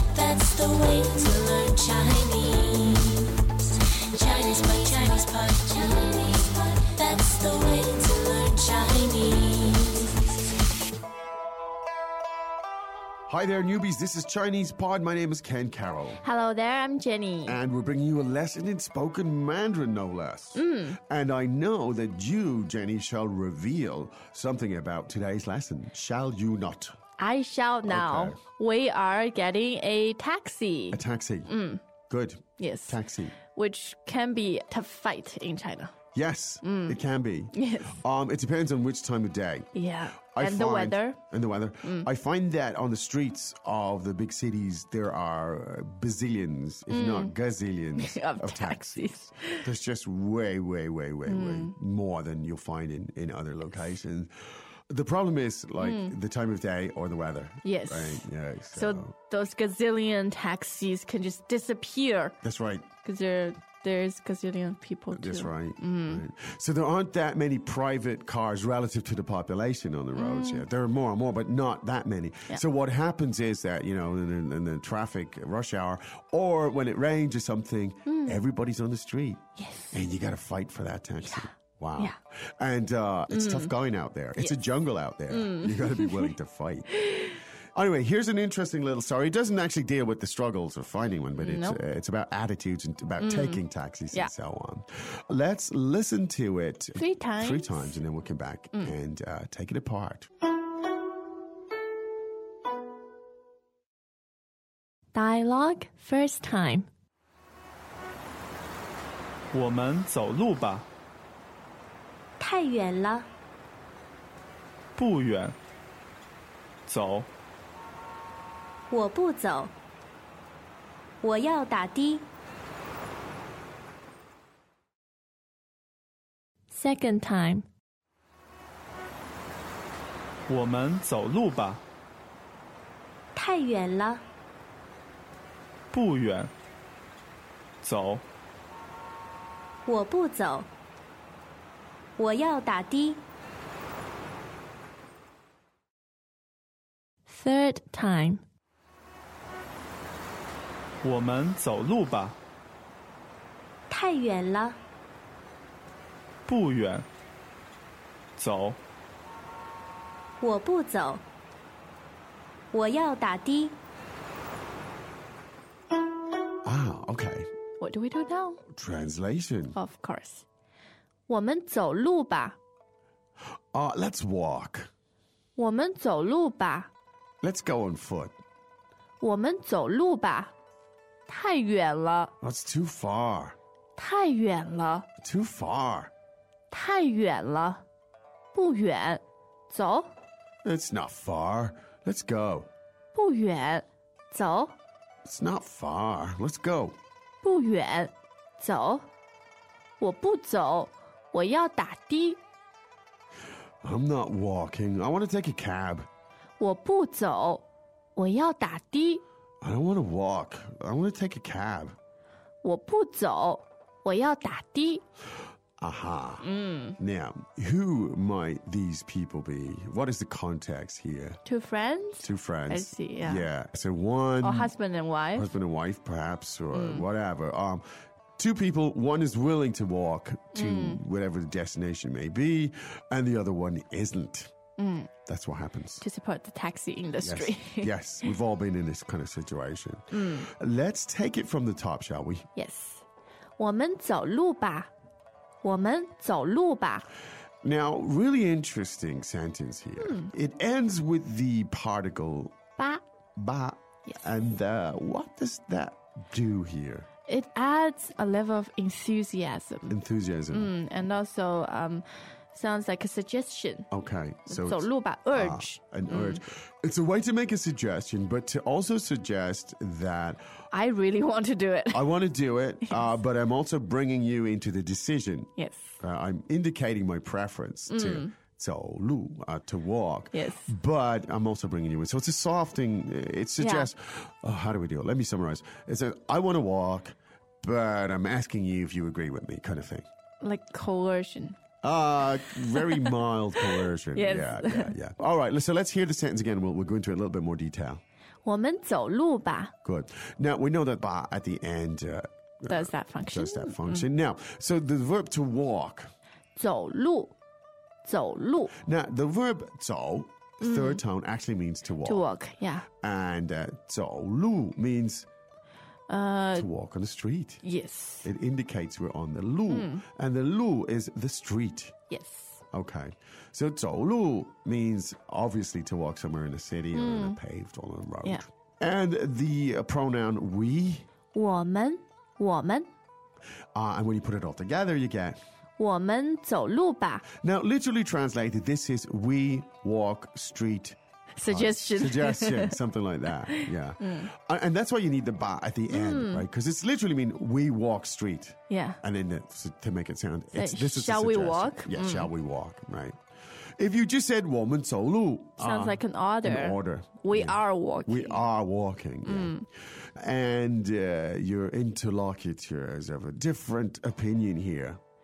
a way to learn Chinese. Chinese pot, Chinese pot, Chinese pot. That's the way to learn Chinese. Hi there, newbies. This is Chinese Pod. My name is Ken Carroll. Hello there, I'm Jenny. And we're bringing you a lesson in spoken Mandarin, no less. Mm. And I know that you, Jenny, shall reveal something about today's lesson, shall you not? I shall now. Okay. We are getting a taxi. A taxi. Good. Mm. Yes. Taxi. Which can be a tough fight in China. Yes, it can be. Mm. Yes. Um, it depends on which time of day. Yeah. I and the find- weather. Mm. And the weather. I find that on the streets of the big cities, there are uh, bazillions, if not gazillions, Mm. Of taxis. There's just way, way, way, way, Hmm. way more than you'll find in, in other locations. The problem is like the time of day or the weather. Hmm. Yes. Right? Yeah. So So, those gazillion taxis can just disappear that's right. because there there's gazillion people too. That's right. Mm. right. So there aren't that many private cars relative to the population on the roads Mm. yet. There are more and more, but not that many. So what happens is that, you know, in, the- in the traffic rush hour or when it rains or something, Mm. everybody's on the street. Yes. And you got to fight for that taxi. Wow. Yeah. Mm. And uh, it's tough going out there. It's a jungle out there. You got to be willing to fight. Anyway, here's an interesting little story. It doesn't actually deal with the struggles of finding one, but it's, Nope. Mm. uh, it's about attitudes and about taking taxis Yeah. and so on. Let's listen to it Three times. Mm. three times, and then we'll come back and uh, take it apart. ？Dialogue first time. 我们走路吧，太远了，不远。走，我不走。我要打的， Second time. 我们走路吧，太远了，不远。走，我不走。我要打的， Third time. 我们走路吧，太远了，不远。走，我不走。我要打的， Ah, okay. What do we do now? Translation. Of course. 我们走路吧。 Uh, let's walk. 我们走路吧。 Let's go on foot. 我们走路吧，太远了， That's too far. 太远了， Too far. 太远了，不远，走， It's not far. Let's go. 不远，走， It's not far. Let's go. 不远，走，我不走，我要打的， I'm not walking. I want to take a cab. 我不走，我要打的， I don't want to walk. I want to take a cab. 我不走，我要打的。 Aha. Mm. Now, who might these people be? What is the context here? Two friends Two friends. I see, yeah. So one or husband and wife? husband and wife, perhaps, or Mm. whatever. Um, two people. One is willing to walk to Mm. whatever the destination may be, and the other one isn't. Mm. That's what happens. To support the taxi Yes. industry. yes, we've all been in this kind of situation. Mm. Let's take it from the top, shall we? Yes，我们走路吧，我们走路吧。 Now, really interesting sentence here. Mm. It ends with the particle 吧 ba. Yes. And uh, what does that do here? It adds a level of enthusiasm Enthusiasm. Mm, and also um, sounds like a suggestion. Okay. So 走 it's- 路吧 ah, urge. an urge. It's a way to make a suggestion, but to also suggest that I really want to do it. I want to do it, uh, but I'm also bringing you into the decision. yes. Uh, I'm indicating my preference to. So, Lu, uh, to walk. Mm. Yes. But I'm also bringing you in. So it's a softening. It suggests, oh, how do we do it? Let me summarize. It says, I want to walk, but I'm asking you if you agree with me, kind of thing. Like coercion. Uh, very mild coercion. Yes. Yeah, yeah, yeah. All right. So let's hear the sentence again. We'll, we'll go into it in a little bit more detail. 我们走路吧 Good. Now we know that ba at the end uh, does that function？ does that function. Now, so the verb to walk. 走路，走路 Now the verb 走 third tone actually means to walk, Mm-hmm. to walk yeah， and uh, 走路 means 呃 to walk on the street. Uh, yes It indicates we're on the lu, Mm. and the lu is the street. yes， Okay, so 走路 means obviously to walk somewhere in a city or in a paved or on a road. Mm. Yeah. And the uh, pronoun we, 我们我们 uh, and when you put it all together, you get. 我们走路吧 Now, literally translated, this is we walk street suggestion suggestion, something like that. Yeah. Mm. A- And that's why you need the ba at the end, right? Because it's literally mean we walk street. yeah And then the, to make it sound, it's, Like, this is a shall we suggestion. walk? Mm. Yeah, shall we walk? Right. If you just said woman solo, sounds like an order an Uh, order. we are walking We are walking. Mm. yeah. And uh, your interlocutors have a different opinion here.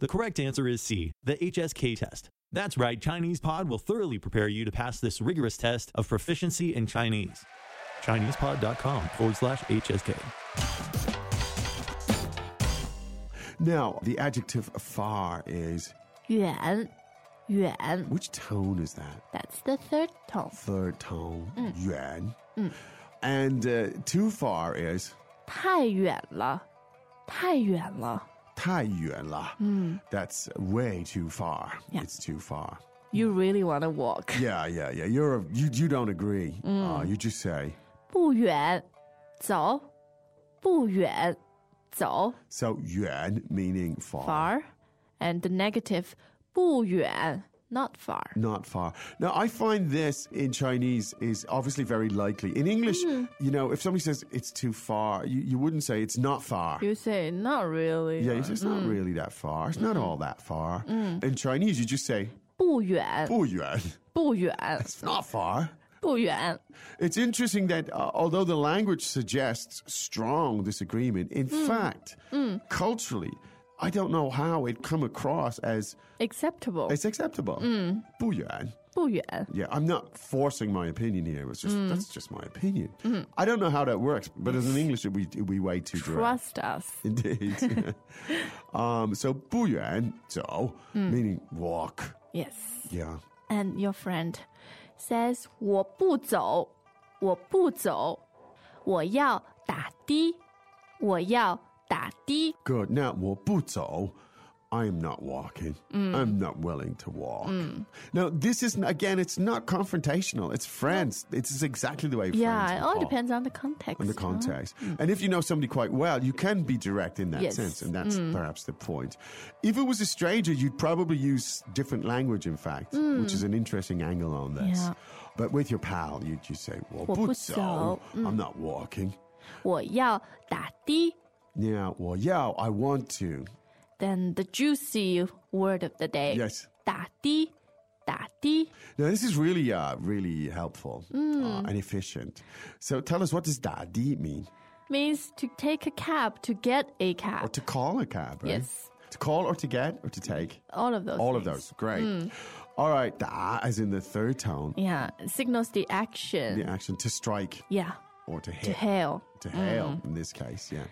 The correct answer is C, the HSK test. That's right, Chinese Pod will thoroughly prepare you to pass this rigorous test of proficiency in Chinese. ChinesePod.com forward slash HSK. Now, the adjective far is, 远，远。 which tone is that? That's the third tone. Third tone, Mm. yuan. And uh, too far is 太远了，太远了。 tai yuan la. That's way too far. Mm. Yeah. It's too far. You really wanna walk？ Yeah, yeah, yeah. You're a, you, you don't agree. Mm. Uh, you just say. 不远，走，不远，走 So yuan meaning far, and the negative 不远，not far. Not far. Now, I find this in Chinese is obviously very likely. In English, you know, if somebody says it's too far, you, you wouldn't say it's not far. You say not really. yeah, it's just not really that far. It's not all that far. In Chinese, you just say, 不远， "不远,"不远， It's not far. 不远。 It's interesting that uh, although the language suggests strong disagreement, in fact, culturally, I don't know how it come across as Acceptable. it's acceptable. 不远.不远。 Yeah, I'm not forcing my opinion here. It's just that's just my opinion. Mm-hmm. I don't know how that works, but as an English, we we way too direct. Trust us. Indeed. um, so 不远, so Hmm. meaning walk. Yes. Yeah. and your friend says 我不走，我不走，我要打的，我要打的。 Good. Now, 我不走. I am not walking. Mm. I'm not willing to walk. Now, this isn't, again, it's not confrontational. It's friends. It's exactly the way friends Yeah, it all talk depends on the context. on the huh? context. And if you know somebody quite well, you can be direct in that Yes. Mm. sense. And that's perhaps the point. If it was a stranger, you'd probably use different language, in fact, which is an interesting angle on this. Mm. Yeah. But with your pal, you'd just say, 我不走，我不走. Mm. I'm not walking. 我要打的。 Yeah, 我要, I want to. Then the juicy word of the day. Yes. 打的，打的。 Now, this is really, uh, really helpful Mm. uh, and efficient. So, tell us what does "dadi" mean, means to take a cab, to get a or cab. to call a cab? Right? Yes. to call or to get or to take. all of those. All of those, things. great. All right, da as in the third tone, Yeah, signals the action. the action to strike yeah. or to hit, To hail. to hail in this case. Yeah.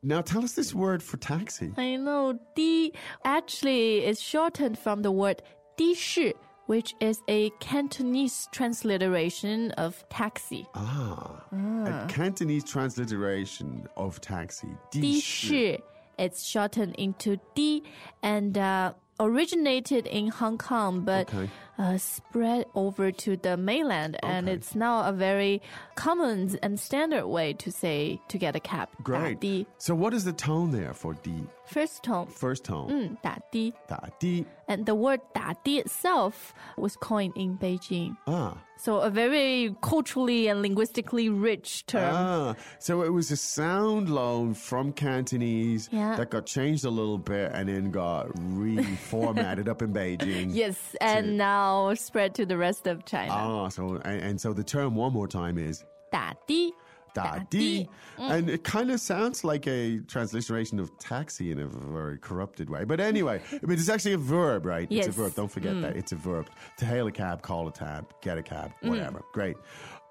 Now, tell us this word for taxi. I know. D actually is shortened from the word 的士, which is a Cantonese transliteration of taxi. Ah, a Cantonese transliteration of taxi. 的士, it's shortened into 的 and uh, originated in Hong Kong but Okay. uh, spread over to the mainland, and it's now a very common and standard way to say to get a cab. Great. 打的. So, what is the tone there for D? first tone. First tone. 嗯，打的 Da di. and the word 打的 itself was coined in Beijing. Ah. So a very culturally and linguistically rich term. Ah, so it was a sound loan from Cantonese Yeah. that got changed a little bit and then got reformatted up in Beijing. yes, and now spread to the rest of China. Ah, so and, and so the term one more time is 打的 da di. di, and it kind of sounds like a transliteration of taxi in a very corrupted way. But anyway, I mean, it's actually a verb, right? Yes. Mm. It's a verb. Don't forget that it's a verb. To hail a cab, call a cab, get a cab, whatever. Great.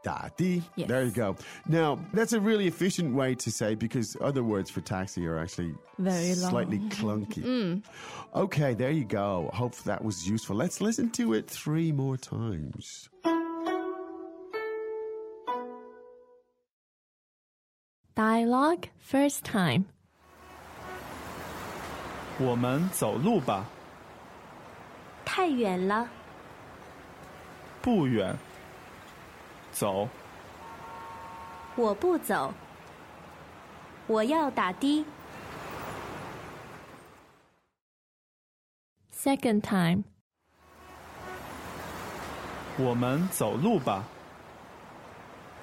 Da di. Mm. Yes. There you go. Now that's a really efficient way to say because other words for taxi are actually Very long. Mm. slightly clunky. Okay, there you go. Hope that was useful. Let's listen to it three more times. ，dialogue first time. 我们走路吧，太远了，不远。走，我不走，我要打的。 Second time. 我们走路吧，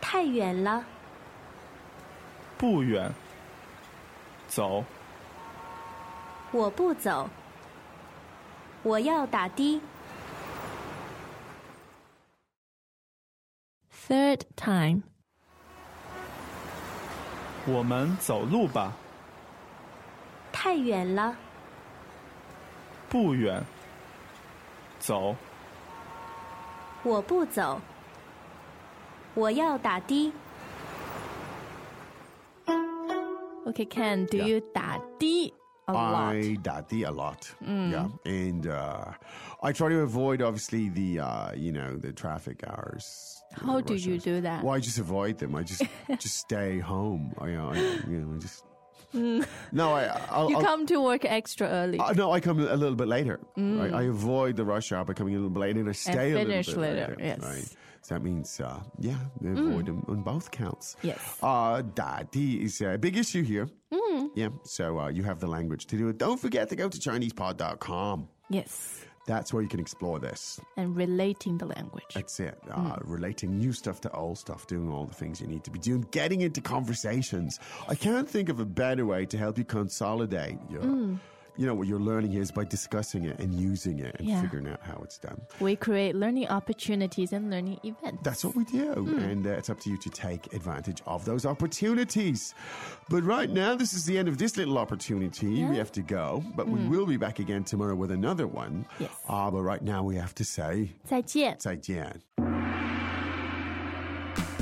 太远了，不远。走，我不走，我要打的。 Third time. 我们走路吧，太远了，不远。走，我不走，我要打的。 Okay, Ken, do you 打的 a lot? Mm. I daddy a lot. Yeah, and uh, I try to avoid obviously the uh, you know the traffic hours. you How know, do rush you hours. do that? Well, I just avoid them. I just just stay home. I, I you know I just no. I I'll, Mm. You I'll- come to work extra early. uh, no, I come a little bit later. Right? I avoid the rush hour by coming a little bit later and I stay a Mm. finish little bit later, later. yes. Mm. Right? So that means, uh, yeah, they avoid them on both counts. Yes. Uh, daddy is a big issue here. Mm. Yeah. So uh, you have the language to do it. Don't forget to go to ChinesePod.com. yes, That's where you can explore this. and relating the language. That's it. Uh, Hmm. Relating new stuff to old stuff, doing all the things you need to be doing, getting into conversations. I can't think of a better way to help you consolidate your, Hmm. you know, what you're learning here is by discussing it and using it and Yeah. figuring out how it's done. We create learning opportunities and learning events. That's what we do. Hmm. And uh, it's up to you to take advantage of those opportunities. But right now, this is the end of this little opportunity. We have to go, but we will be back again tomorrow with another one. Hmm. Yes. Ah, but right now, we have to say, 再见。再见.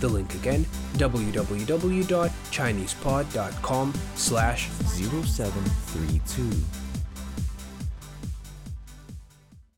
The link again, www.chinesepod.com slash 0732